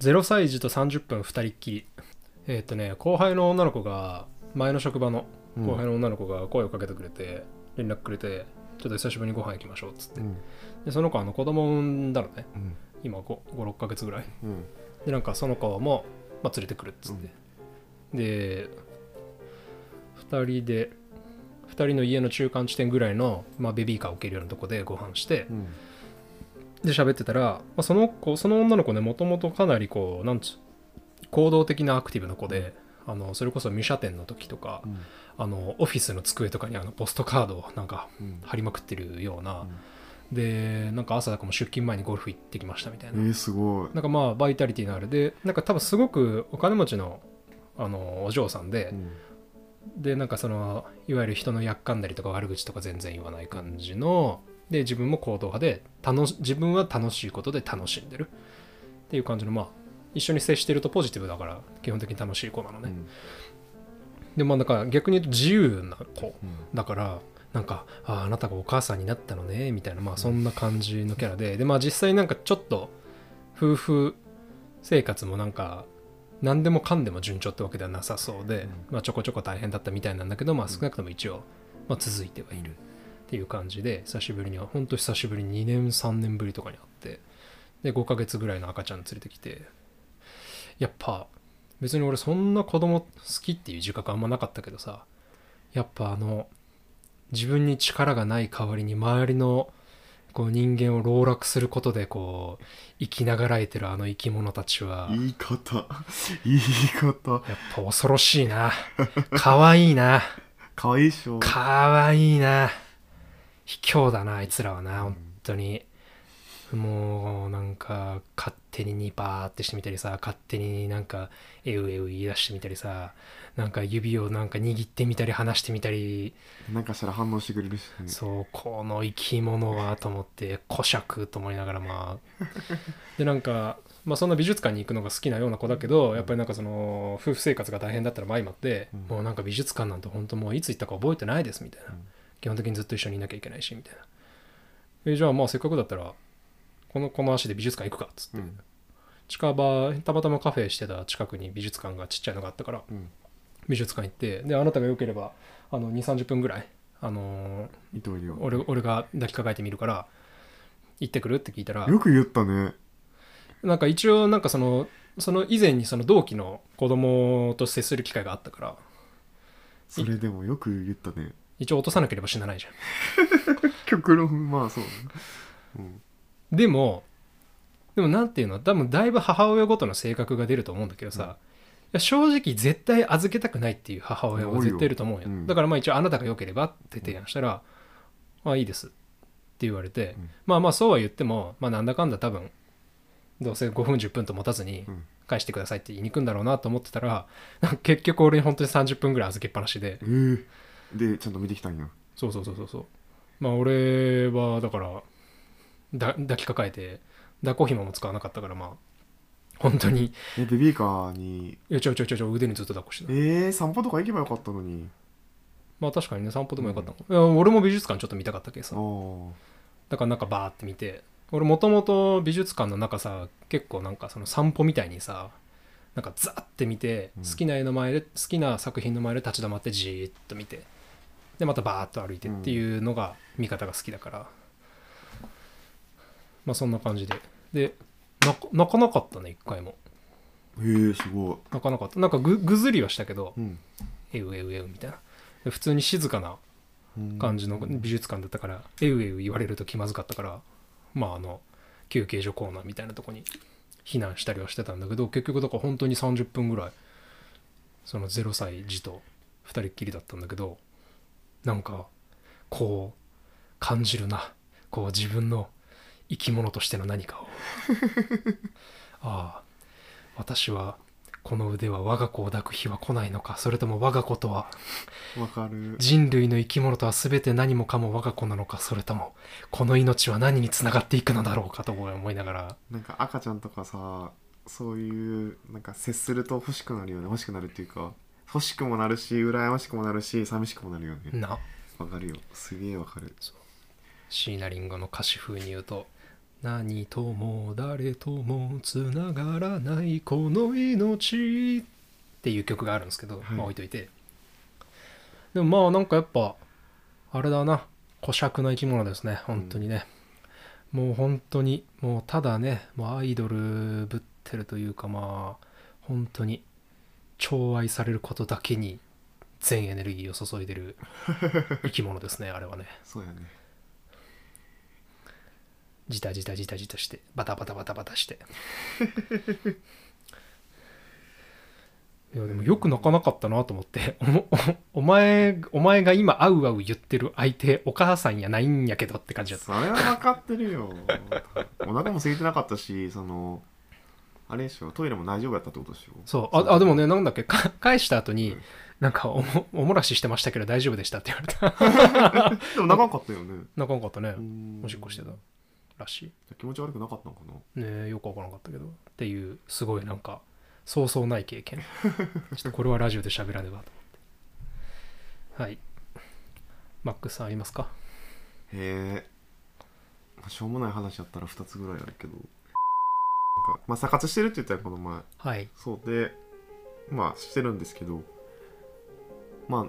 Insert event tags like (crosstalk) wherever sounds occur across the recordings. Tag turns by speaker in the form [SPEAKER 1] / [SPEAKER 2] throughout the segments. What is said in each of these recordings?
[SPEAKER 1] 0歳児と30分2人っきりえーっとね後輩の女の子が前の職場の
[SPEAKER 2] うん
[SPEAKER 1] 後輩の女の子が声をかけてくれて、連絡くれてちょっと久しぶりにご飯行きましょうっつって
[SPEAKER 2] うん
[SPEAKER 1] でその子あの子供を産んだのね
[SPEAKER 2] うん
[SPEAKER 1] 今56ヶ月ぐらい
[SPEAKER 2] うん
[SPEAKER 1] でなんかその子も、まあ、連れてくるっつって、で2人で2人の家の中間地点ぐらいの、まあ、ベビーカーを置けるようなとこでご飯して
[SPEAKER 2] う、ん
[SPEAKER 1] で喋ってたら、まあ、その子その女の子ねもともとかなりこうなんつう行動的なアクティブな子で、あのそれこそ未社店の時とか、
[SPEAKER 2] うん
[SPEAKER 1] あのオフィスの机とかにあのポストカードをなんか
[SPEAKER 2] うん
[SPEAKER 1] 貼りまくってるような、でなんか朝だかも出勤前にゴルフ行ってきましたみたい
[SPEAKER 2] え
[SPEAKER 1] な、
[SPEAKER 2] ー、すごい、
[SPEAKER 1] なんかまあバイタリティのあるでなんか多分すごくお金持ちのあのお嬢さんで
[SPEAKER 2] う、ん
[SPEAKER 1] でなんかそのいわゆる人のやっかんだりとか悪口とか全然言わない感じので自分も行動派で楽し自分は楽しいことで楽しんでるっていう感じのまあ一緒に接してるとポジティブだから基本的に楽しい子なの
[SPEAKER 2] う
[SPEAKER 1] ね、
[SPEAKER 2] ん
[SPEAKER 1] でまあなんか逆に言うと自由な子
[SPEAKER 2] うん
[SPEAKER 1] だからなんかああなたがお母さんになったのねみたいなまあそんな感じのキャラででまあ実際なんかちょっと夫婦生活もなんか何でもかんでも順調ってわけではなさそうで、
[SPEAKER 2] うん
[SPEAKER 1] まあ、ちょこちょこ大変だったみたいなんだけど、まあ、
[SPEAKER 2] うん
[SPEAKER 1] 少なくとも一応、まあ、続いてはいるっていう感じで久しぶりにはほんと久しぶりに2年3年ぶりとかに会ってで5ヶ月ぐらいの赤ちゃん連れてきてやっぱ別に俺そんな子供好きっていう自覚あんまなかったけどさやっぱあの自分に力がない代わりに周りのこう人間を籠絡することでこう生きながらえてるあの生き物たちは
[SPEAKER 2] 言い方言い方
[SPEAKER 1] やっぱ恐ろしいな可愛いな
[SPEAKER 2] かわいいっしょ
[SPEAKER 1] 可愛いな卑怯だなあいつらはな本当にもうなんか勝手にニパーってしてみたりさ勝手になんかえうえう言い出してみたりさなんか指をなんか握ってみたり離してみたり
[SPEAKER 2] なんかしたら反応してくれるし、ね、
[SPEAKER 1] そうこの生き物はと思って古尺と思いながらまあ (laughs) でなんか、まあ、そんな美術館に行くのが好きなような子だけどやっぱりなんかその夫婦生活が大変だったら相まって、
[SPEAKER 2] うん
[SPEAKER 1] もうなんか美術館なんて本当もういつ行ったか覚えてないですみたいな、
[SPEAKER 2] うん
[SPEAKER 1] 基本的にずっと一緒にいなきゃいけないしみたいなえじゃあまあせっかくだったらこのこの足で美術館行くかっつって、
[SPEAKER 2] うん
[SPEAKER 1] 近場たまたまカフェしてた近くに美術館がちっちゃいのがあったから
[SPEAKER 2] うん
[SPEAKER 1] 美術館行ってであなたがよければあの2 3 0分ぐらいあのー
[SPEAKER 2] 伊藤亮
[SPEAKER 1] 俺俺が抱きかかえてみるから行ってくるって聞いたら
[SPEAKER 2] よく言ったね
[SPEAKER 1] なんか一応なんかそのその以前にその同期の子供と接する機会があったから
[SPEAKER 2] それでもよく言ったね
[SPEAKER 1] 一応落とさなければ死なないじゃ
[SPEAKER 2] 極論まあそうねうん
[SPEAKER 1] んでもでもなんていうの多分だいぶ母親ごとの性格が出ると思うんだけどさ、
[SPEAKER 2] うん
[SPEAKER 1] いや正直絶対預けたくないっていう母親は絶対いると思うよ、
[SPEAKER 2] 多いようん
[SPEAKER 1] だからまあ一応あなたが良ければって提案したら、まあいいですって言われて、
[SPEAKER 2] うん
[SPEAKER 1] まあまあそうは言ってもまあなんだかんだ多分どうせ5分10分と持たずに
[SPEAKER 2] うん
[SPEAKER 1] 返してくださいって言いに行くんだろうなと思ってたらなんか結局俺に本当に30分ぐらい預けっぱなしで
[SPEAKER 2] えー、でちゃんと見てきたんや
[SPEAKER 1] そうそうそうそうそうまあ俺はだからだ抱きかかえて抱っこ紐も使わなかったからまあ本当にい
[SPEAKER 2] えベビーカーに
[SPEAKER 1] やちょいちょいちょいちょい腕にずっと抱っこしてた
[SPEAKER 2] えー、散歩とか行けばよかったのに
[SPEAKER 1] まあ確かにね散歩でもよかったの、いや俺も美術館ちょっと見たかったけど
[SPEAKER 2] あ
[SPEAKER 1] さ
[SPEAKER 2] あ
[SPEAKER 1] だからなんかバーって見て俺もともと美術館の中さ結構なんかその散歩みたいにさなんかザーって見て
[SPEAKER 2] うん
[SPEAKER 1] 好きな絵の前で好きな作品の前で立ち止まってじーっと見てでまたバーっと歩いてっていうのが見方が好きだから、まあそんな感じででな泣かなかったね一回も
[SPEAKER 2] えー、すごい
[SPEAKER 1] 泣かなかったなんかぐぐずりはしたけど
[SPEAKER 2] うん
[SPEAKER 1] えうえうえうみたいなで普通に静かな
[SPEAKER 2] うん
[SPEAKER 1] 感じの美術館だったから、えうえう言われると気まずかったからまああの休憩所コーナーみたいなとこに避難したりはしてたんだけど結局だから本当に30分ぐらいその0歳児と2人っきりだったんだけどなんかこう感じるなこう自分の生き物としての何かを (laughs) ああ私はこの腕は我が子を抱く日は来ないのかそれとも我が子とは
[SPEAKER 2] わかる
[SPEAKER 1] 人類の生き物とは全て何もかも我が子なのかそれともこの命は何につながっていくのだろうかと思いながら
[SPEAKER 2] なんか赤ちゃんとかさそういうなんか接すると欲しくなるよね欲しくなるっていうか欲しくもなるし羨ましくもなるし寂しくもなるよね
[SPEAKER 1] な
[SPEAKER 2] わかるよすげえわかる
[SPEAKER 1] 椎名林檎の歌詞風に言うと何とも誰ともつながらないこの命っていう曲があるんですけど、
[SPEAKER 2] はい
[SPEAKER 1] まあ置いといてでもまあなんかやっぱあれだな古尺な生き物ですね本当にね、もう本当にもうただねもうアイドルぶってるというかまあ本当に寵愛されることだけに全エネルギーを注いでる生き物ですねあれはね
[SPEAKER 2] そうやね
[SPEAKER 1] ジタジタジタジタしてバタバタバタバタしていやでもよく泣かなかったなと思っておおお前お前が今あうあう言ってる相手お母さんやないんやけどって感じだった
[SPEAKER 2] それは分かってるよ (laughs) お腹も空いてなかったしそのあれでしょトイレも大丈夫やったってことでしょ
[SPEAKER 1] そうああでもねなんだっけか返した後に、
[SPEAKER 2] うん
[SPEAKER 1] なんかおもおもらししてましたけど大丈夫でしたって言われた (laughs)
[SPEAKER 2] でも長かったよね
[SPEAKER 1] 泣かなかったね
[SPEAKER 2] うん
[SPEAKER 1] おしっこしてたらしい
[SPEAKER 2] 気持ち悪くなかったのかな
[SPEAKER 1] ねえよくわからなかったけどっていうすごいなんかそうそうない経
[SPEAKER 2] (laughs)
[SPEAKER 1] 験ちょっとこれはラジオで喋らねばと思ってはいマックスさんありますか
[SPEAKER 2] へえしょうもない話やったら2つぐらいあるけどなんかまあ査活してるって言ったらこの前
[SPEAKER 1] はい
[SPEAKER 2] そうでまあしてるんですけどまあ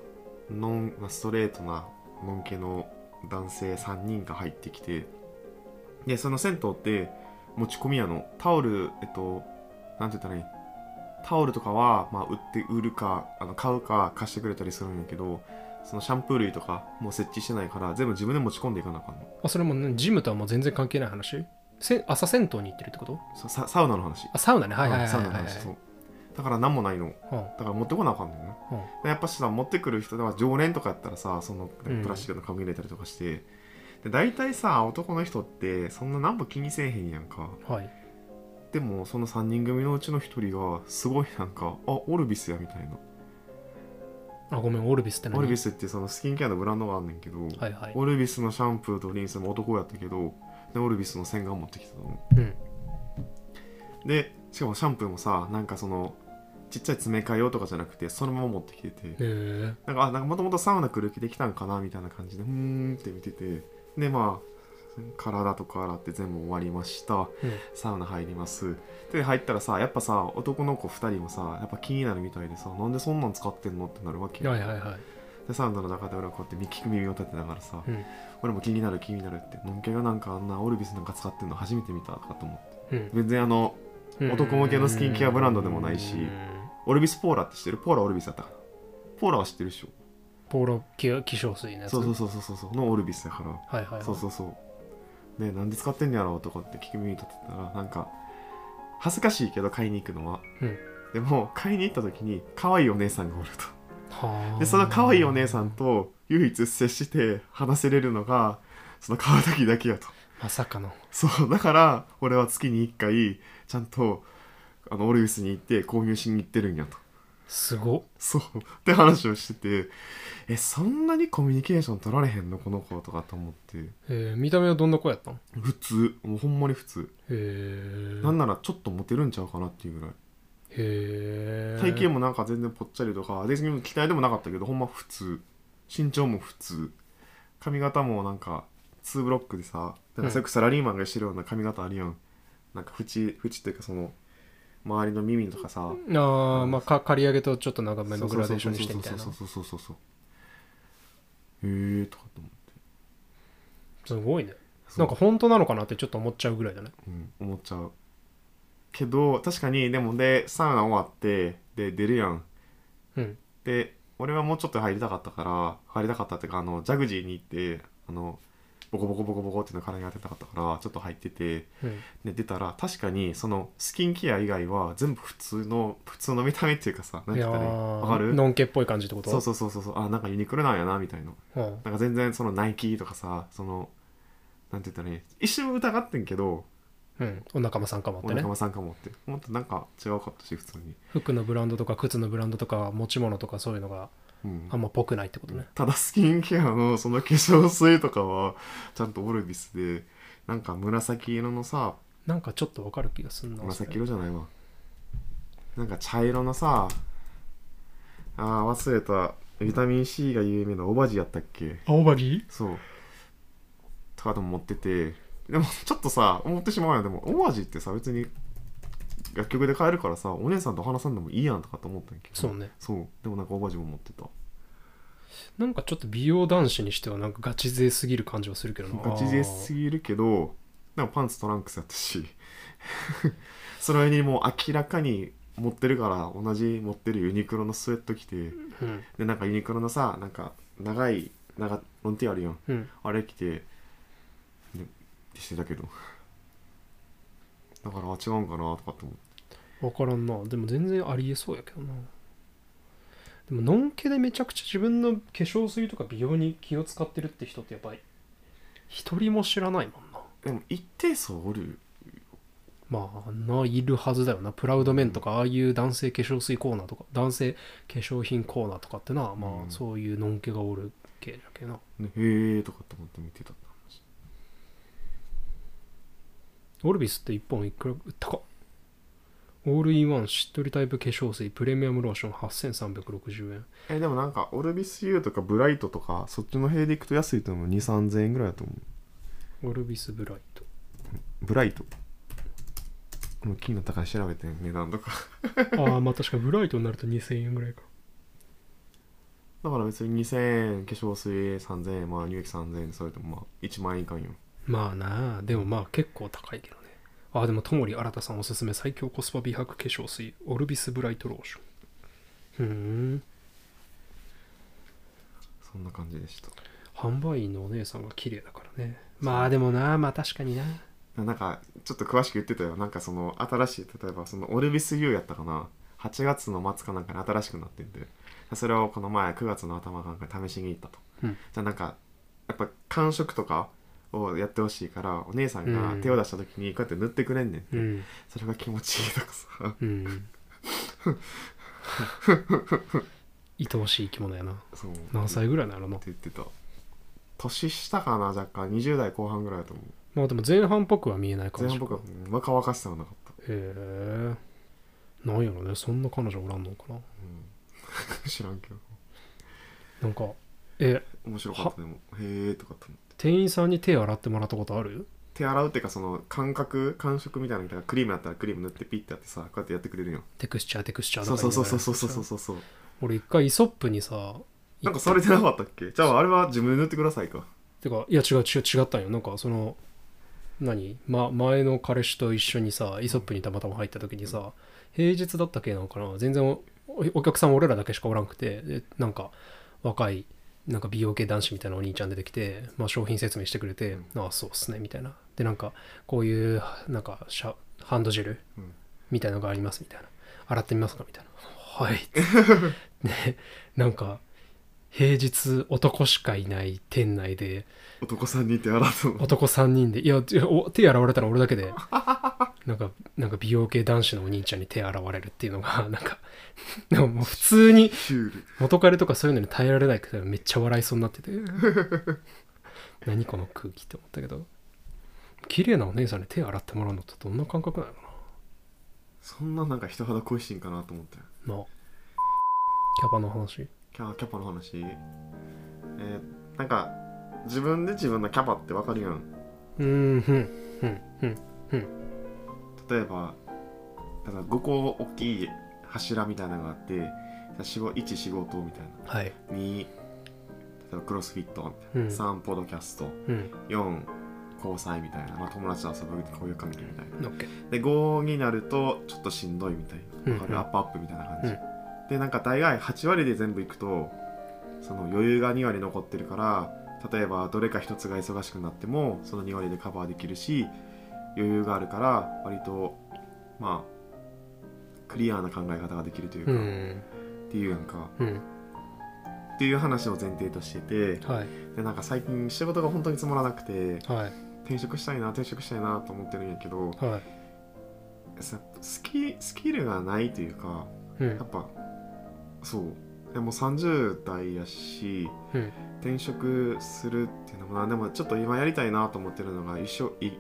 [SPEAKER 2] ノン、まあ、ストレートなノン系の男性3人が入ってきてでその銭湯って持ち込み屋のタオルえっとなんて言ったらいいタオルとかは、まあ、売って売るかあの買うか貸してくれたりするんやけどそのシャンプー類とかもう設置してないから全部自分で持ち込んでいかなあかんの
[SPEAKER 1] あそれも、ね、ジムとはもう全然関係ない話せ朝銭湯に行ってるってこと
[SPEAKER 2] さササウナの話
[SPEAKER 1] あサウナねはいはいはい
[SPEAKER 2] サ
[SPEAKER 1] は
[SPEAKER 2] ウ
[SPEAKER 1] い
[SPEAKER 2] ナの
[SPEAKER 1] はい
[SPEAKER 2] 話そうだから何もないの
[SPEAKER 1] うん
[SPEAKER 2] だから持ってこなあかんのよな
[SPEAKER 1] うん
[SPEAKER 2] やっぱしさ持ってくる人だから常連とかやったらさその
[SPEAKER 1] うん
[SPEAKER 2] プラスチックの紙入れたりとかして、で大体さ男の人ってそんな何も気にせえへんやんか
[SPEAKER 1] はい
[SPEAKER 2] でもその3人組のうちの1人がすごいなんかあオルビスやみたいな
[SPEAKER 1] あごめんオルビスって何
[SPEAKER 2] オルビスってそのスキンケアのブランドがあんねんけど、
[SPEAKER 1] はいはい
[SPEAKER 2] オルビスのシャンプーとリンスも男やったけどでオルビスの洗顔持ってきてたの
[SPEAKER 1] うん
[SPEAKER 2] でしかもシャンプーもさなんかそのちっちゃい詰め替え用とかじゃなくてそのまま持ってきてて、
[SPEAKER 1] へえ
[SPEAKER 2] なんかあなんかもともとサウナ来る気できたんかなみたいな感じでうーんって見ててでまあ体とか洗って全部終わりました
[SPEAKER 1] うん
[SPEAKER 2] サウナ入りますで入ったらさやっぱさ男の子2人もさやっぱ気になるみたいでさなんでそんなん使ってんのってなるわけよ
[SPEAKER 1] はいはいはい
[SPEAKER 2] でサウナの中で俺はこうやって聞く耳を立てながらさ、
[SPEAKER 1] うん
[SPEAKER 2] 俺も気になる気になるってのんけがなんかあんなオルビスなんか使ってんの初めて見たかと思って
[SPEAKER 1] うん
[SPEAKER 2] 全然あの
[SPEAKER 1] うん
[SPEAKER 2] 男向けのスキンケアブランドでもないし
[SPEAKER 1] うん
[SPEAKER 2] オルビスポーラって知ってるポーラオルビスだったかなポーラは知ってるでしょ
[SPEAKER 1] ポーロ系化粧水のやつ
[SPEAKER 2] そうそうそうそうそうのオルビスだから
[SPEAKER 1] はいはいはい
[SPEAKER 2] そうそうそう。ねなんで使ってんのやろうとかって聞き耳立ってたら、なんか、恥ずかしいけど買いに行くのは。
[SPEAKER 1] うん
[SPEAKER 2] でも、買いに行った時に、可愛いお姉さんがおると。
[SPEAKER 1] はあ
[SPEAKER 2] で、その可愛いお姉さんと唯一接して話せれるのが、その川崎だけやと。
[SPEAKER 1] まさかの
[SPEAKER 2] そう、だから、俺は月に1回、ちゃんと、あの、オルビスに行って購入しに行ってるんやと。
[SPEAKER 1] すごっ
[SPEAKER 2] そう。って話をしてて、え、そんなにコミュニケーション取られへんのこの子とかと思って。
[SPEAKER 1] えー見た目はどんな子やったのへ
[SPEAKER 2] 普通。もうほんまに普通。
[SPEAKER 1] え
[SPEAKER 2] なんならちょっとモテるんちゃうかなっていうぐらい
[SPEAKER 1] へえ
[SPEAKER 2] 体型もなんか全然ぽっちゃりとかで期待でもなかったけどほんま普通身長も普通髪型もなんか2ブロックでさなんかそれこそサラリーマンがしてるような髪型あるやん、なんか縁縁っていうかその周りの耳とかさ
[SPEAKER 1] ああまあか刈り上げとちょっと長めのグラデーションにしてみたいな
[SPEAKER 2] そうそうそうそうそうそうそうそうへえとかと思って
[SPEAKER 1] すごいね
[SPEAKER 2] そ
[SPEAKER 1] な
[SPEAKER 2] う
[SPEAKER 1] んか本当なのかなってちょっと思っちゃうぐらいだね
[SPEAKER 2] うん、思っちゃうけど確かにでもでサウナ終わってで出るやん
[SPEAKER 1] うん
[SPEAKER 2] で俺はもうちょっと入りたかったから入りたかったっていうかあのジャグジーに行ってあのボコボコボコボコっていうの体に当てたかったからちょっと入ってて
[SPEAKER 1] うん
[SPEAKER 2] で出たら確かにそのスキンケア以外は全部普通の普通の見た目っていうかさ何
[SPEAKER 1] い
[SPEAKER 2] て
[SPEAKER 1] や
[SPEAKER 2] 言ったらいい
[SPEAKER 1] ー
[SPEAKER 2] わかる
[SPEAKER 1] のんけっぽい感じってこと
[SPEAKER 2] そうそうそうそうそうあなんかユニクロなんやなみたいな
[SPEAKER 1] うん、はい
[SPEAKER 2] なんか全然そのナイキとかさそのなんて言ったらいい一瞬疑ってんけど
[SPEAKER 1] うん、お仲間さんかもっ
[SPEAKER 2] お
[SPEAKER 1] てね
[SPEAKER 2] 仲間さんかもってもっとなんか違うかったし普通に、
[SPEAKER 1] 服のブランドとか靴のブランドとか持ち物とかそういうのが
[SPEAKER 2] うん
[SPEAKER 1] あんまぽくないってことね
[SPEAKER 2] ただスキンケアのその化粧水とかはちゃんとオルビスでなんか紫色のさ
[SPEAKER 1] なんかちょっとわかる気がすんな
[SPEAKER 2] 紫色じゃないわなんか茶色のさあー忘れたビタミン C が有名なオバジやったっけ
[SPEAKER 1] 青葉木
[SPEAKER 2] そうとかでも持っててでもちょっとさ思ってしまうよでもオマージってさ別に薬局で買えるからさお姉さんと話さんでもいいやんとかって思ったんやけど
[SPEAKER 1] そうね
[SPEAKER 2] そうでもなんかオマージも持ってた
[SPEAKER 1] なんかちょっと美容男子にしてはなんかガチ勢すぎる感じはするけどな
[SPEAKER 2] ガチ勢すぎるけどでもパンツトランクスやったし (laughs) それにもう明らかに持ってるから同じ持ってるユニクロのスウェット着て
[SPEAKER 1] うん
[SPEAKER 2] でなんかユニクロのさなんか長い長ロンティーあるやん
[SPEAKER 1] うん
[SPEAKER 2] あれ着て、ね、ってしてたけどだからあ違うんかなとかって思って
[SPEAKER 1] 分からんなでも全然ありえそうやけどなでものんけでめちゃくちゃ自分の化粧水とか美容に気を使ってるって人ってやっぱり一人も知らないもんな
[SPEAKER 2] でも一定数おる
[SPEAKER 1] まあないるはずだよなプラウドメンとかああいう男性化粧水コーナーとか男性化粧品コーナーとかってな、ま
[SPEAKER 2] う
[SPEAKER 1] あ
[SPEAKER 2] ん
[SPEAKER 1] そういうのんけがおる系だけどな
[SPEAKER 2] ねへえとかって思って見てた
[SPEAKER 1] オルビスって1本いくら売ったかオールインワンしっとりタイプ化粧水プレミアムローション8360円
[SPEAKER 2] えでもなんかオルビス U とかブライトとかそっちの辺でいくと安いと思う2 3 0円ぐらいだと思う
[SPEAKER 1] オルビスブライト
[SPEAKER 2] ブライトもう金の高い調べて値段とか
[SPEAKER 1] (laughs)
[SPEAKER 2] (laughs)
[SPEAKER 1] ああまあ確かブライトになると2000円ぐらいか
[SPEAKER 2] だから別に2000円化粧水3000円まあ乳液3000円それともまあ1万円以下んよ
[SPEAKER 1] まあなあでもまあ結構高いけどねああでもともり新さんおすすめ最強コスパ美白化粧水オルビスブライトローションふーん
[SPEAKER 2] そんな感じでした
[SPEAKER 1] 販売員のお姉さんが綺麗だからねまあでもなあまあ確かにな
[SPEAKER 2] なんかちょっと詳しく言ってたよなんかその新しい例えばそのオルビス U やったかな8月の末かなんかに新しくなってんでそれをこの前9月の頭かなんかに試しに行ったと、
[SPEAKER 1] うん
[SPEAKER 2] じゃあなんかやっぱ感触とかをやってほしいからお姉さん
[SPEAKER 1] う
[SPEAKER 2] が
[SPEAKER 1] ん
[SPEAKER 2] 手を出した時にこうやって塗ってくれんねん、
[SPEAKER 1] うん
[SPEAKER 2] それが気持ちいいとかさ (laughs)
[SPEAKER 1] うん (laughs) 愛おしい生き物やな
[SPEAKER 2] そう
[SPEAKER 1] 何歳ぐらいなのな
[SPEAKER 2] って言ってた年下かな若干20代後半ぐらいだと思う
[SPEAKER 1] まあでも前半っぽくは見えない感
[SPEAKER 2] 前
[SPEAKER 1] じ
[SPEAKER 2] 半僕は若々しさはなかった
[SPEAKER 1] へえなんやろねそんな彼女おらんのかな
[SPEAKER 2] うん (laughs) 知らんけど
[SPEAKER 1] なんかえ
[SPEAKER 2] 面白かったでもへえとかって思って
[SPEAKER 1] 店員さんに手洗ってもらったことある
[SPEAKER 2] 手洗うっていうかその感覚感触みたいなのがクリームだったらクリーム塗ってピッてやってさこうやってやってくれるよ
[SPEAKER 1] テクスチャーテクスチャー
[SPEAKER 2] そうそうそうそうそうそう
[SPEAKER 1] う
[SPEAKER 2] そうそう
[SPEAKER 1] 俺一回イソップにさ
[SPEAKER 2] なんかそれでなかったっけじゃああれは自分で塗ってくださいか
[SPEAKER 1] てかいや違う違う違ったんよなんかその何、ま、前の彼氏と一緒にさイソップにたまたま入った時にさ平日だったっけなのかな全然おお客さん俺らだけしかおらんくてでなんか若いなんか美容系男子みたいなお兄ちゃん出てきて、まあ、商品説明してくれて、ああそうっすねみたいなでなんかこういうなんかシャハンドジェル
[SPEAKER 2] うん
[SPEAKER 1] みたいのがありますみたいな洗ってみますかみたいなはいでなんか平日男しかいない店内で
[SPEAKER 2] 男さんに手洗うと思う
[SPEAKER 1] 男3人でいやてお手洗われたら俺だけで (laughs) なんかなんか美容系男子のお兄ちゃんに手洗われるっていうのがなん (laughs) かでももう普通に
[SPEAKER 2] シュール
[SPEAKER 1] 元彼とかそういうのに耐えられないくらいめっちゃ笑いそうになって
[SPEAKER 2] (laughs)
[SPEAKER 1] て何この空気って思ったけど綺麗なお姉さんに手洗ってもらうのってどんな感覚なのか
[SPEAKER 2] そんななんか人肌恋しいんかなと思って
[SPEAKER 1] ななあキャバの話
[SPEAKER 2] キャキャパの話えーなんか自分で自分のキャパってわかるやん
[SPEAKER 1] うーんふんふんふん
[SPEAKER 2] 例えばだから5個大きい柱みたいなのがあって仕事1仕事みた
[SPEAKER 1] は
[SPEAKER 2] い
[SPEAKER 1] い
[SPEAKER 2] な2例えばクロスフィットみ
[SPEAKER 1] うん
[SPEAKER 2] たいな3ポドキャスト
[SPEAKER 1] うん
[SPEAKER 2] 4交際みたいな、まあ、友達と遊ぶこういう関係みたいな
[SPEAKER 1] オッケー
[SPEAKER 2] で5になるとちょっとしんどいみたい
[SPEAKER 1] うんう
[SPEAKER 2] なわ
[SPEAKER 1] ん
[SPEAKER 2] かるアップアップみたいな感
[SPEAKER 1] う
[SPEAKER 2] じ、
[SPEAKER 1] ん
[SPEAKER 2] でなんか大概8割で全部いくとその余裕が2割残ってるから例えばどれか一つが忙しくなってもその2割でカバーできるし余裕があるから割とまあクリアな考え方ができるというか、
[SPEAKER 1] う
[SPEAKER 2] っ
[SPEAKER 1] ん
[SPEAKER 2] ていうやんか
[SPEAKER 1] うん
[SPEAKER 2] っていう話を前提としてて
[SPEAKER 1] はい
[SPEAKER 2] でなんか最近仕事が本当につまらなくて
[SPEAKER 1] はい
[SPEAKER 2] 転職したいな転職したいなと思ってるんやけど
[SPEAKER 1] はい
[SPEAKER 2] さスキスキルがないというか
[SPEAKER 1] うん
[SPEAKER 2] やっぱそうでも30代やし
[SPEAKER 1] うん
[SPEAKER 2] 転職するっていうのもなでもちょっと今やりたいなと思ってるのが一緒い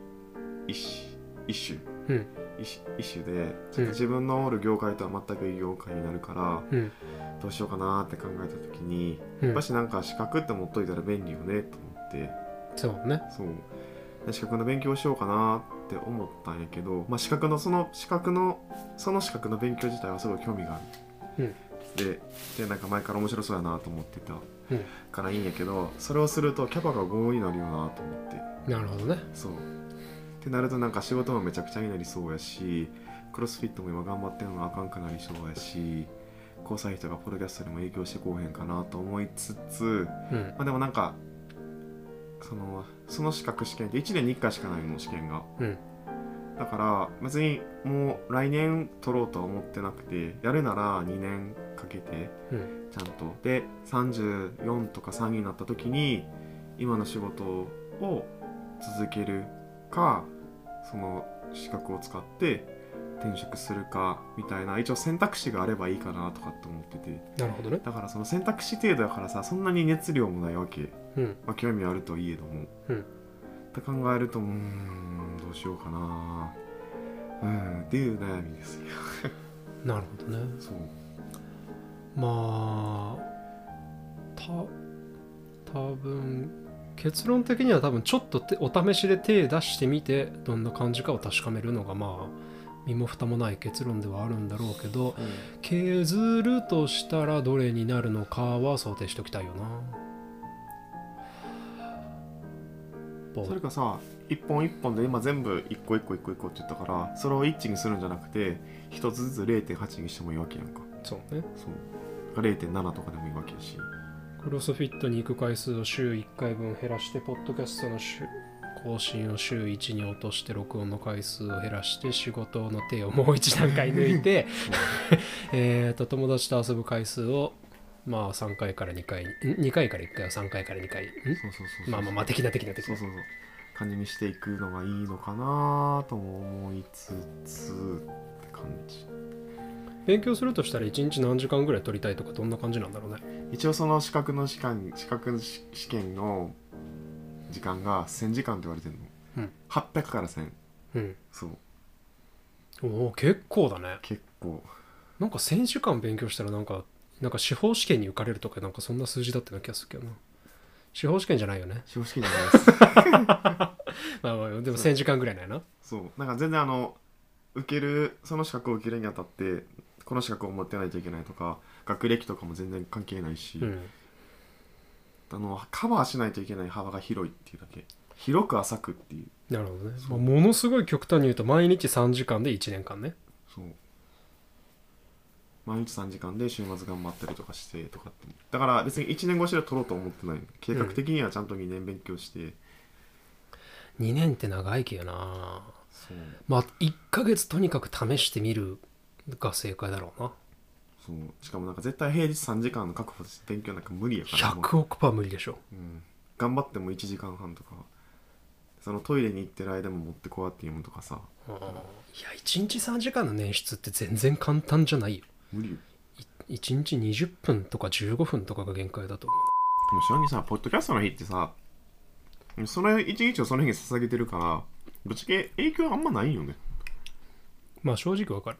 [SPEAKER 2] 一一種、
[SPEAKER 1] うん
[SPEAKER 2] 一一種でちょっと自分のおる業界とは全く異業界になるから、
[SPEAKER 1] うん
[SPEAKER 2] どうしようかなって考えた時に、
[SPEAKER 1] う
[SPEAKER 2] やっ
[SPEAKER 1] ん
[SPEAKER 2] ぱしなんか資格って持っといたら便利よねと思って
[SPEAKER 1] そうね
[SPEAKER 2] そうで資格の勉強しようかなって思ったんやけど、まあ、資格のその資格のその資格の勉強自体はすごい興味がある、ででなんか前から面白そうやなと思ってた
[SPEAKER 1] うん
[SPEAKER 2] からいいんやけどそれをするとキャパが5になるよなと思って
[SPEAKER 1] なるほどね
[SPEAKER 2] そうってなるとなんか仕事もめちゃくちゃになりそうやしクロスフィットも今頑張ってるのがあかんくなりそうやし交際人がポッドキャストにも影響してこうへんかなと思いつつ
[SPEAKER 1] うん
[SPEAKER 2] まあでもなんかそのその資格試験って1年に1回しかないの試験が
[SPEAKER 1] うん
[SPEAKER 2] だから別にもう来年取ろうとは思ってなくてやるなら2年かけて
[SPEAKER 1] うん
[SPEAKER 2] ちゃんとで34とか3になった時に今の仕事を続けるかその資格を使って転職するかみたいな一応選択肢があればいいかなとかって思ってて
[SPEAKER 1] なるほどね
[SPEAKER 2] だからその選択肢程度やからさそんなに熱量もないわけ。
[SPEAKER 1] うん
[SPEAKER 2] まあ、興味はあるといえども、
[SPEAKER 1] うん
[SPEAKER 2] って考えるとうーんどうしようかなうんっていう悩みですよ
[SPEAKER 1] なるほどね
[SPEAKER 2] そう
[SPEAKER 1] まあた多分結論的には多分ちょっとてお試しで手出してみてどんな感じかを確かめるのがまあ身も蓋もない結論ではあるんだろうけど削るとしたらどれになるのかは想定しておきたいよな。ぼ
[SPEAKER 2] それかさ一本一本で今全部一個一個一個一個って言ったからそれを一致にするんじゃなくて一つずつ0.8にしてもいいわけやんか
[SPEAKER 1] そうね。
[SPEAKER 2] そう0.7とかでもいいわけやし
[SPEAKER 1] クロスフィットに行く回数を週1回分減らして、ポッドキャストの週更新を週1に落として、録音の回数を減らして、仕事の手をもう一段階抜いて、えーと友達と遊ぶ回数を、まあ3回から2回に、2回から1回は3回から2回、ん
[SPEAKER 2] そうそうそうそう
[SPEAKER 1] まあまあまあ、的な的な的
[SPEAKER 2] そう
[SPEAKER 1] な。
[SPEAKER 2] そうそう感じにしていくのがいいのかなとも思いつつって感じ
[SPEAKER 1] 勉強するとしたら1日何時間ぐらい取りたいとか、どんな感じなんだろうね。
[SPEAKER 2] 一応その資格の試験資格の試試験の時間が1000時間って言われてるの、
[SPEAKER 1] うん
[SPEAKER 2] 800から1000
[SPEAKER 1] うん。
[SPEAKER 2] そう
[SPEAKER 1] おお、結構だね。
[SPEAKER 2] 結構
[SPEAKER 1] なんか1000時間勉強したらなんか、なんか司法試験に受かれるとか、なんかそんな数字だったような気がするけどな。司法試験じゃないよね。
[SPEAKER 2] 司法試験じゃない
[SPEAKER 1] (laughs)
[SPEAKER 2] です
[SPEAKER 1] まあまあ、でも1000時間ぐらいだよな。
[SPEAKER 2] そうなんか全然あの受けるその資格を受けるにあたってこの資格を持ってないといけないとか学歴とかも全然関係ないし、
[SPEAKER 1] うん。
[SPEAKER 2] あのカバーしないといけない幅が広いっていうだけ広く浅くっていう
[SPEAKER 1] なるほどね。
[SPEAKER 2] そ
[SPEAKER 1] まあ、
[SPEAKER 2] う
[SPEAKER 1] ものすごい極端に言うと、毎日3時間で1年間ね。
[SPEAKER 2] そう毎日3時間で週末頑張ったりとかしてとかってだから別に1年越しで取ろうと思ってない計画的にはちゃんと2年勉強して、
[SPEAKER 1] 2年って長いけどな。
[SPEAKER 2] そう
[SPEAKER 1] まあ、1ヶ月とにかく試してみるが正解だろうな。
[SPEAKER 2] そうしかもなんか絶対平日3時間の確保して勉強なんか無理やからもう
[SPEAKER 1] 100億パー無理でしょ。
[SPEAKER 2] うん、頑張っても1時間半とかそのトイレに行ってる間も持ってこうやって読むとかさ
[SPEAKER 1] うんいや、1日3時間の捻出って全然簡単じゃないよ。
[SPEAKER 2] 無理よ
[SPEAKER 1] 1日20分とか15分とかが限界だと思う。
[SPEAKER 2] でも正直さポッドキャストの日ってさその一日をその日に捧げてるからぶっちゃけ影響あんまないよね
[SPEAKER 1] まあ正直わかる。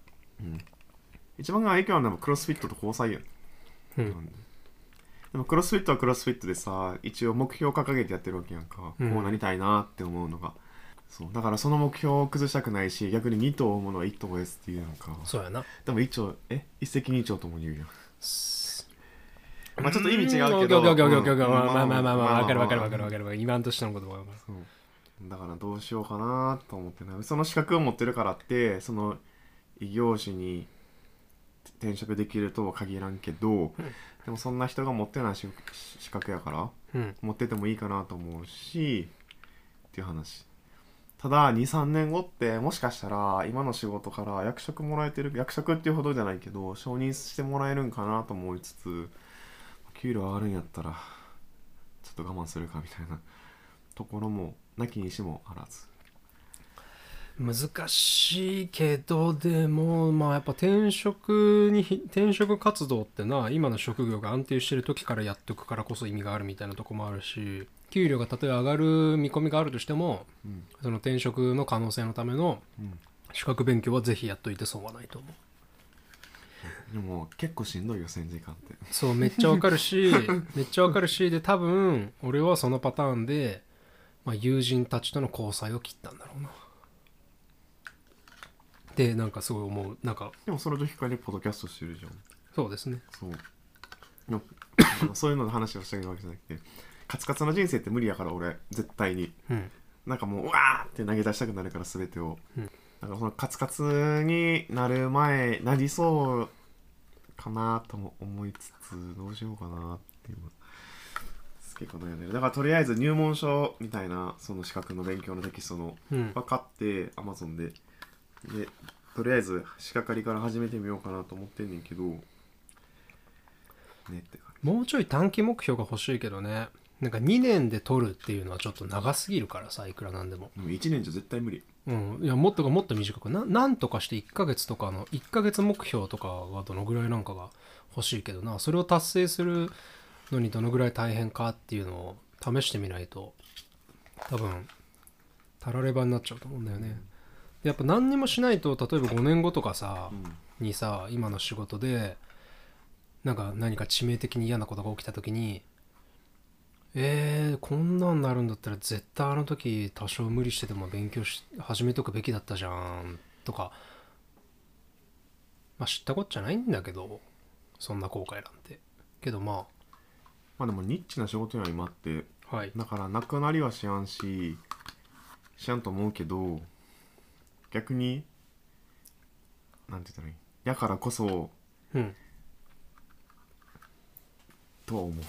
[SPEAKER 2] 一番影響あるのはクロスフィットと交際やん
[SPEAKER 1] うん。
[SPEAKER 2] でもクロスフィットはクロスフィットでさ一応目標を掲げてやってるわけやんか、
[SPEAKER 1] うん
[SPEAKER 2] こうなりたいなって思うのがそうだからその目標を崩したくないし逆に2頭思うのは1頭ですっていうやんか
[SPEAKER 1] そうやな。
[SPEAKER 2] でも一丁え一石二鳥とも言うやん
[SPEAKER 1] ま
[SPEAKER 2] まあちょっと意味違うけど
[SPEAKER 1] まあ
[SPEAKER 2] うん
[SPEAKER 1] まあまあまあ
[SPEAKER 2] まあまあ
[SPEAKER 1] わかるわかるわかるわかるわかる。今のとしてのこともわかる。
[SPEAKER 2] そうだからどうしようかなと思ってなその資格を持ってるからってその異業種に転職できるとは限らんけどでもそんな人が持ってない資資格やから
[SPEAKER 1] うん。
[SPEAKER 2] 持っててもいいかなと思うしっていう話ただ23年後ってもしかしたら今の仕事から役職もらえてる役職っていうほどじゃないけど承認してもらえるんかなと思いつつ給料上がるんやったらちょっと我慢するかみたいなところもなきにしもあらず
[SPEAKER 1] 難しいけど、でも、まあやっぱ転職に、転職活動ってな、今の職業が安定してる時からやっておくからこそ意味があるみたいなとこもあるし、給料が例えば上がる見込みがあるとしても、
[SPEAKER 2] うん
[SPEAKER 1] その転職の可能性のための
[SPEAKER 2] うん
[SPEAKER 1] 資格勉強はぜひやっといて損はないと思う。
[SPEAKER 2] でも結構しんどいよ1000時間って
[SPEAKER 1] そうめっちゃわかるしめっちゃわかるしで多分俺はそのパターンでまあ、友人たちとの交際を切ったんだろうなでなんかすごい思うなんか
[SPEAKER 2] でもその時からねポッドキャストしてるじゃん
[SPEAKER 1] そうですね
[SPEAKER 2] そうなんかあのそういうのの話をしたいわけじゃなくてカツカツの人生って無理やから俺絶対に
[SPEAKER 1] うん
[SPEAKER 2] なんかもううわーって投げ出したくなるから全てを、
[SPEAKER 1] うん
[SPEAKER 2] なんかそのカツカツになる前なりそうかなとも思いつつどうしようかなっていう結構悩んでるだからとりあえず入門書みたいなその資格の勉強のテキストの
[SPEAKER 1] うん
[SPEAKER 2] は買ってアマゾンででとりあえず仕掛かりから始めてみようかなと思ってんねんけどねって感
[SPEAKER 1] もうちょい短期目標が欲しいけどねなんか2年で取るっていうのはちょっと長すぎるからさいくらなんでも
[SPEAKER 2] じでも1年じゃ絶対無理
[SPEAKER 1] うんいやもっともっと短くななんとかして1ヶ月とかの1ヶ月目標とかはどのぐらいなんかが欲しいけどなそれを達成するのにどのぐらい大変かっていうのを試してみないと多分たらればになっちゃうと思うんだよねでやっぱ何にもしないと例えば5年後とかさ
[SPEAKER 2] うん
[SPEAKER 1] にさ今の仕事でなんか何か致命的に嫌なことが起きた時にえー、こんなんなるんだったら絶対あの時多少無理してでも勉強し始めとくべきだったじゃんとかまあ知ったこっちゃないんだけどそんな後悔なんてけどま
[SPEAKER 2] まあでもニッチな仕事には今って
[SPEAKER 1] あはい
[SPEAKER 2] だからなくなりはしやんししやんと思うけど逆になんて言ったらいいやからこそ
[SPEAKER 1] うん
[SPEAKER 2] とは思う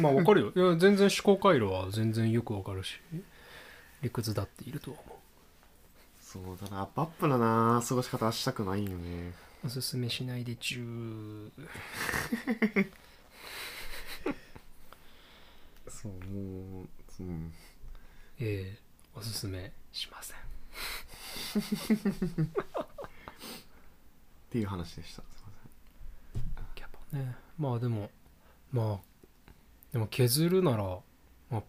[SPEAKER 1] まあわかるよいや全然思考回路は全然よくわかるし理屈だっているとは思
[SPEAKER 2] そうただアップアップなな過ごし方はしたくないよね
[SPEAKER 1] うおすすめしないでちゅー
[SPEAKER 2] そうもううん
[SPEAKER 1] えーおすすめしません
[SPEAKER 2] っていう話でしたすいま
[SPEAKER 1] やっぱねまあでもまあでも削るなら、まあ、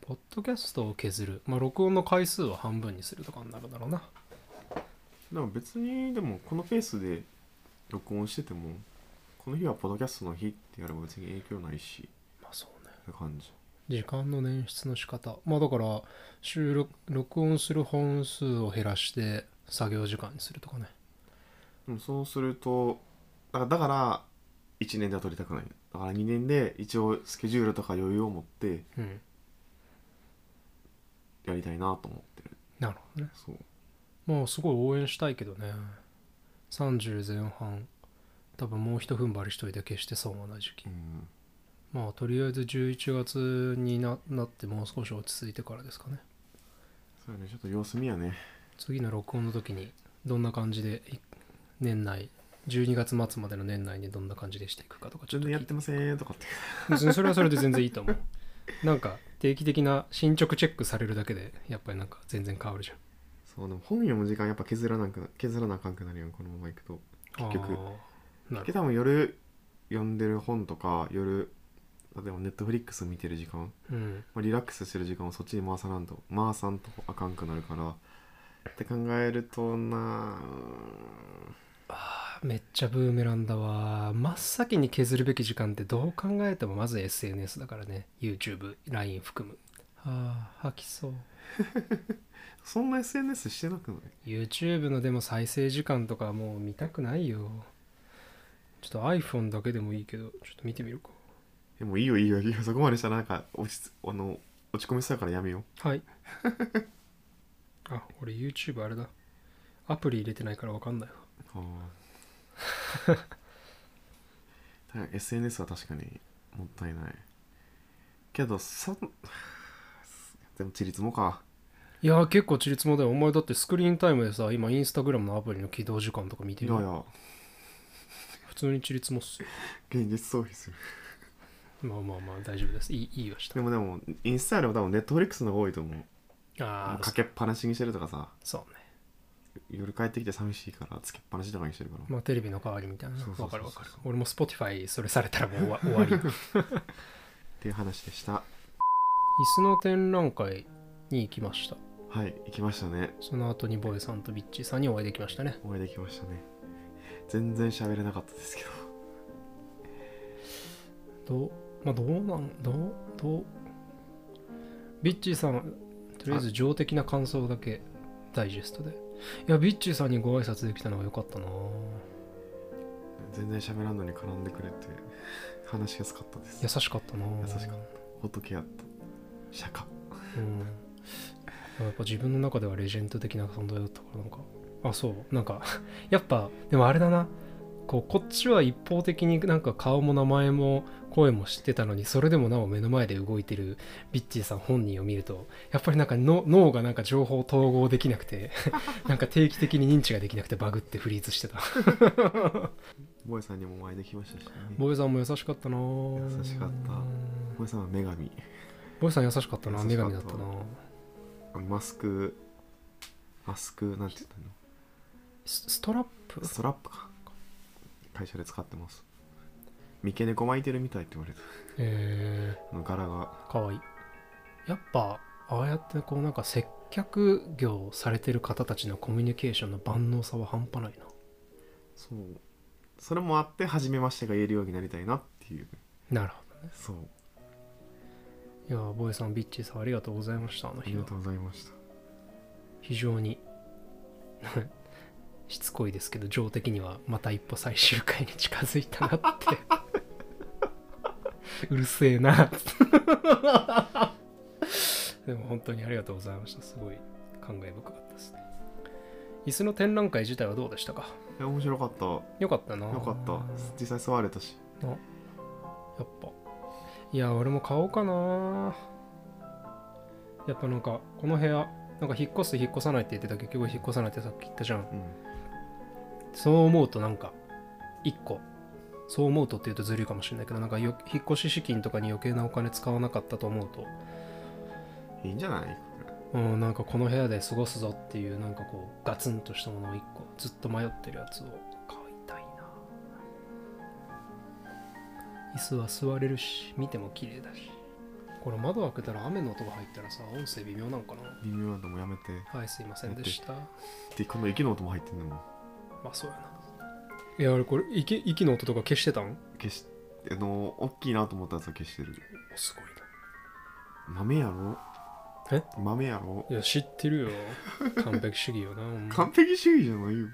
[SPEAKER 1] ポッドキャストを削るまあ録音の回数は半分にするとかになるだろうな
[SPEAKER 2] せんでも別にでもこのペースで録音しててもこの日はポッドキャストの日ってやれば別に影響ないし
[SPEAKER 1] まあそうね
[SPEAKER 2] って感じ
[SPEAKER 1] 時間の捻出の仕方まあだから収録録音する本数を減らして作業時間にするとかね
[SPEAKER 2] でもそうするとだからだから1年では取りたくないだから2年で一応スケジュールとか余裕を持って
[SPEAKER 1] うん
[SPEAKER 2] やりたいなと思ってる
[SPEAKER 1] なるほどね
[SPEAKER 2] そう
[SPEAKER 1] まあすごい応援したいけどね30前半多分もう一踏ん張りしといて決して損はない時期
[SPEAKER 2] うん
[SPEAKER 1] まあとりあえず11月にななってもう少し落ち着いてからですかね
[SPEAKER 2] そうやねちょっと様子見やね
[SPEAKER 1] 次の録音の時にどんな感じでい年内12月末までの年内にどんな感じでしていくかとかちょ
[SPEAKER 2] 全
[SPEAKER 1] っと聞い
[SPEAKER 2] 然やってませんとかって
[SPEAKER 1] 別にそれはそ (laughs) れで全然いいと思うなんか定期的な進捗チェックされるだけでやっぱりなんか全然変わるじ
[SPEAKER 2] そうでも本読む時間やっぱ削らなくな削らなあかんくなるやんこのままいくと
[SPEAKER 1] ゃん
[SPEAKER 2] 結局
[SPEAKER 1] あーな
[SPEAKER 2] け
[SPEAKER 1] る
[SPEAKER 2] ど多分夜読んでる本とか夜例えばネットフリックス見てる時間、
[SPEAKER 1] うん
[SPEAKER 2] まあ、リラックスしてる時間をそっちに回さなんと回さんとあかんくなるからって考えるとなうん
[SPEAKER 1] あーめっちゃブーメランだわ真っ先に削るべき時間ってどう考えてもまず SNS だからね YouTubeLINE 含むああ吐きそう
[SPEAKER 2] そんな SNS してなくない
[SPEAKER 1] YouTube のでも再生時間とかもう見たくないよちょっと iPhone だけでもいいけどちょっと見てみるか
[SPEAKER 2] でもいいよいいよいいよそこまでしたらなんか落ちつあの落ち込みそうやからやめよ
[SPEAKER 1] はい (laughs) あ俺 YouTube あれだアプリ入れてないから分かんないわ
[SPEAKER 2] うあ (laughs) あだから SNS は確かにもったいないけどそん (sighs) でもちりつもか
[SPEAKER 1] いやー結構ちりつもだよお前だってスクリーンタイムでさ今インスタグラムのアプリの起動時間とか見て
[SPEAKER 2] い
[SPEAKER 1] る
[SPEAKER 2] やいや
[SPEAKER 1] 普通にちりつもっすよ
[SPEAKER 2] 現実逃避する
[SPEAKER 1] まあまあまあ大丈夫ですいいいいよした
[SPEAKER 2] でもでもインスタよりも多分ネットフリックスの方が多いと思うも
[SPEAKER 1] あ
[SPEAKER 2] う
[SPEAKER 1] あ
[SPEAKER 2] かけっぱなしにしてるとかさ
[SPEAKER 1] そうね
[SPEAKER 2] 夜帰ってきて寂しいからつけっぱなしとかにしてるから、
[SPEAKER 1] まあテレビの代わりみたいな
[SPEAKER 2] そうそうそうそう
[SPEAKER 1] わかるわかる俺も Spotify それされたらもう終わ終わ
[SPEAKER 2] (laughs)
[SPEAKER 1] り
[SPEAKER 2] っていう話でした
[SPEAKER 1] 椅子の展覧会に行きました
[SPEAKER 2] はい行きましたね
[SPEAKER 1] その後にボエさんとビッチーさんにお会いできましたね
[SPEAKER 2] お会いできましたね全然喋れなかったですけど
[SPEAKER 1] どうまあどうなんどうどうビッチーさんとりあえず情的な感想だけダイジェストでいやビッチーさんにご挨拶できたのが良かったな
[SPEAKER 2] 全然喋らんのに絡んでくれて話しやすかったです
[SPEAKER 1] 優しかったな
[SPEAKER 2] 優しかっ仏やった釈迦
[SPEAKER 1] うん、やっぱ自分の中ではレジェンド的な存在だったからなんかあそうなんか (laughs) やっぱでもあれだなこうこっちは一方的になんか顔も名前も声も知ってたのにそれでもなお目の前で動いてるビッチーさん本人を見るとやっぱりなんかの脳がなんか情報を統合できなく
[SPEAKER 2] (laughs)
[SPEAKER 1] てなんか定期的に認知ができなくてバグってフリーズしてた
[SPEAKER 2] ボエさんにもお会いできましたし、ね、
[SPEAKER 1] ボエさんも優しかったな
[SPEAKER 2] 優しかったボエさんは女神
[SPEAKER 1] ボエさん優しかったな
[SPEAKER 2] 優し
[SPEAKER 1] 女
[SPEAKER 2] かった
[SPEAKER 1] 神だったな
[SPEAKER 2] あのマスクマスクなんて言ったの
[SPEAKER 1] スストラップ
[SPEAKER 2] ストラップか会社で使ってます三毛猫巻いてるみたいって言われた
[SPEAKER 1] えー
[SPEAKER 2] あの柄が
[SPEAKER 1] かわいいやっぱああやってこうなんか接客業されてる方たちのコミュニケーションの万能さは半端ない
[SPEAKER 2] そうそれもあって初めましてが言えるようになりたいなっていう
[SPEAKER 1] ななるほどね
[SPEAKER 2] そう
[SPEAKER 1] いやーボエさんビッチーさんありがとうございましたあの
[SPEAKER 2] あり
[SPEAKER 1] 日
[SPEAKER 2] が
[SPEAKER 1] は
[SPEAKER 2] とうございました
[SPEAKER 1] 非常に (laughs) しつこいですけど情的にはまた一歩最終回に近づいたなってうるせえなってでも本当にありがとうございましたすごい感慨深かったですね椅子の展覧会自体はどうでしたか
[SPEAKER 2] いや面白かったよ
[SPEAKER 1] よかったな
[SPEAKER 2] かった実際座れたし
[SPEAKER 1] やっぱいや俺も買おうかなやっぱなんかこの部屋なんか引っ越す引っ越さないって言ってた結局引っ越さないってさっき言ったじゃん
[SPEAKER 2] うん
[SPEAKER 1] そう思うとなんか一個そう思うとって言うとずるいかもしれないけどなんかよ引っ越し資金とかに余計なお金使わなかったと思うと
[SPEAKER 2] いいんじゃない
[SPEAKER 1] うんなんかこの部屋で過ごすぞっていうなんかこうガツンとしたものを一個ずっと迷ってるやつを買いたいな椅子は座れるし見ても綺麗だしこれ窓開けたら雨の音が入ったらさ音声微妙なんかな
[SPEAKER 2] 微妙なのもやめて
[SPEAKER 1] はいすいませんでした
[SPEAKER 2] でこの息の音も入ってんのも
[SPEAKER 1] まあそうやないやあれこれ息息の音とか消してたん
[SPEAKER 2] 消しあの大きいなと思ったやつは消してる
[SPEAKER 1] すごい
[SPEAKER 2] 豆やろ
[SPEAKER 1] え
[SPEAKER 2] 豆やろ
[SPEAKER 1] ないや知ってるよ完璧主義よなほんま
[SPEAKER 2] 完璧主義じゃないよ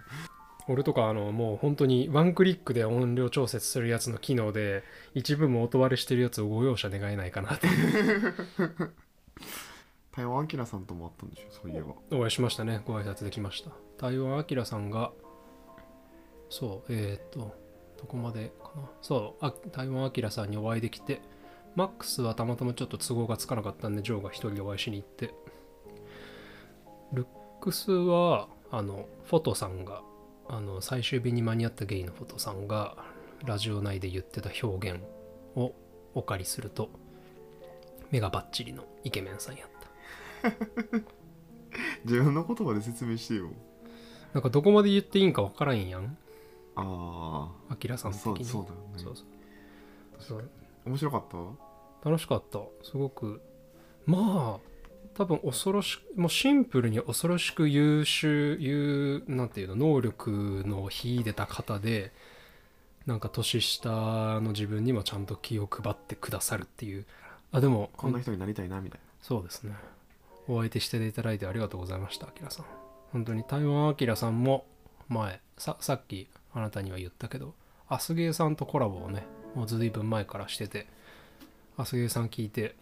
[SPEAKER 1] 俺とかあのもう本当にワンクリックで音量調節するやつの機能で一部も音割れしてるやつをご容赦願えないかなって
[SPEAKER 2] 台湾明さんともあったんでしょそういえば
[SPEAKER 1] お会いしましたねご挨拶できました台湾明さんがそうえー、っとどこまでかなそうあ台湾明さんにお会いできてマックスはたまたまちょっと都合がつかなかったんでジョーが一人でお会いしに行ってルックスはあのフォトさんがあの最終日に間に合ったゲイのフォトさんがラジオ内で言ってた表現をお借りすると目がバッチリのイケメンさんやった
[SPEAKER 2] 自分の言葉で説明してよ
[SPEAKER 1] なんかどこまで言っていいんかわからんやん
[SPEAKER 2] あ
[SPEAKER 1] アキラさ
[SPEAKER 2] あ
[SPEAKER 1] ん的
[SPEAKER 2] そう
[SPEAKER 1] に
[SPEAKER 2] そうだ
[SPEAKER 1] そ
[SPEAKER 2] よ
[SPEAKER 1] う
[SPEAKER 2] ね
[SPEAKER 1] そうそう
[SPEAKER 2] 面白かった
[SPEAKER 1] 楽しかったすごくまあ多分恐ろしもうシンプルに恐ろしく優秀優なんていうの能力の秀でた方でなんか年下の自分にもちゃんと気を配ってくださるっていうあでも
[SPEAKER 2] こんな人になりたいなみたい
[SPEAKER 1] そうですね。お相手していただいてありがとうございました、アキラさん。本当に台湾アキラさんも前さ、さっきあなたには言ったけど、アスゲーさんとコラボをね、もうずいぶん前からしてて、アスゲーさん聞いて、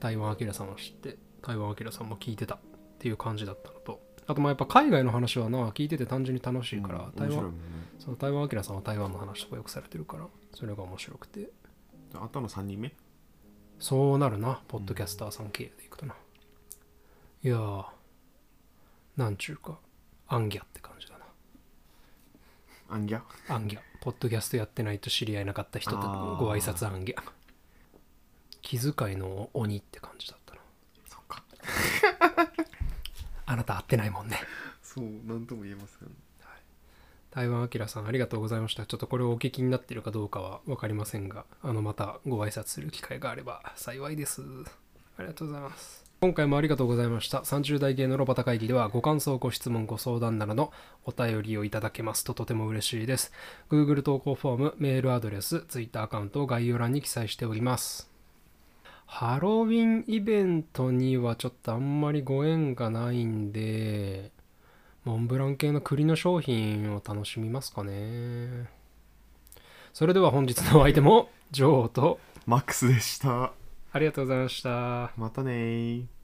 [SPEAKER 1] 台湾アキラさんを知って、台湾アキラさんも聞いてたっていう感じだったのと、あとまあやっぱ海外の話はな、聞いてて単純に楽しい
[SPEAKER 2] な
[SPEAKER 1] から、
[SPEAKER 2] うん
[SPEAKER 1] 台
[SPEAKER 2] 面白いも
[SPEAKER 1] 湾
[SPEAKER 2] んね
[SPEAKER 1] その台湾アキラさんは台湾の話とかよくされてるから、それが面白くて、
[SPEAKER 2] じゃああとの3人目
[SPEAKER 1] そうなるな、ポッドキャスターさん経由でいくとな。いやー、なんちゅうか、アンギャって感じだ
[SPEAKER 2] アンギャ
[SPEAKER 1] な。アンギャ。ポッドキャストやってないと知り合いなかった人と
[SPEAKER 2] あー
[SPEAKER 1] ご挨拶アンギャ。気遣いの鬼って感じだったな。
[SPEAKER 2] そっか
[SPEAKER 1] あなた会ってないもんね。
[SPEAKER 2] そうなんとも言えません
[SPEAKER 1] 台湾アキラさんありがとうございました。ちょっとこれをお聞きになってるかどうかは分かりませんが、あのまたご挨拶する機会があれば幸いです。ありがとうございます。今回もありがとうございました。30代芸のロバタ会議ではご感想、ご質問、ご相談などのお便りをいただけますととても嬉しいです。Google 投稿フォーム、メールアドレス、Twitter アカウントを概要欄に記載しております。ハロウィンイベントにはちょっとあんまりご縁がないんで、モンブラン系の栗の商品を楽しみますかね。それでは本日のお相手も、ジョーと、
[SPEAKER 2] マックスでした
[SPEAKER 1] ありがとうございました。
[SPEAKER 2] またねー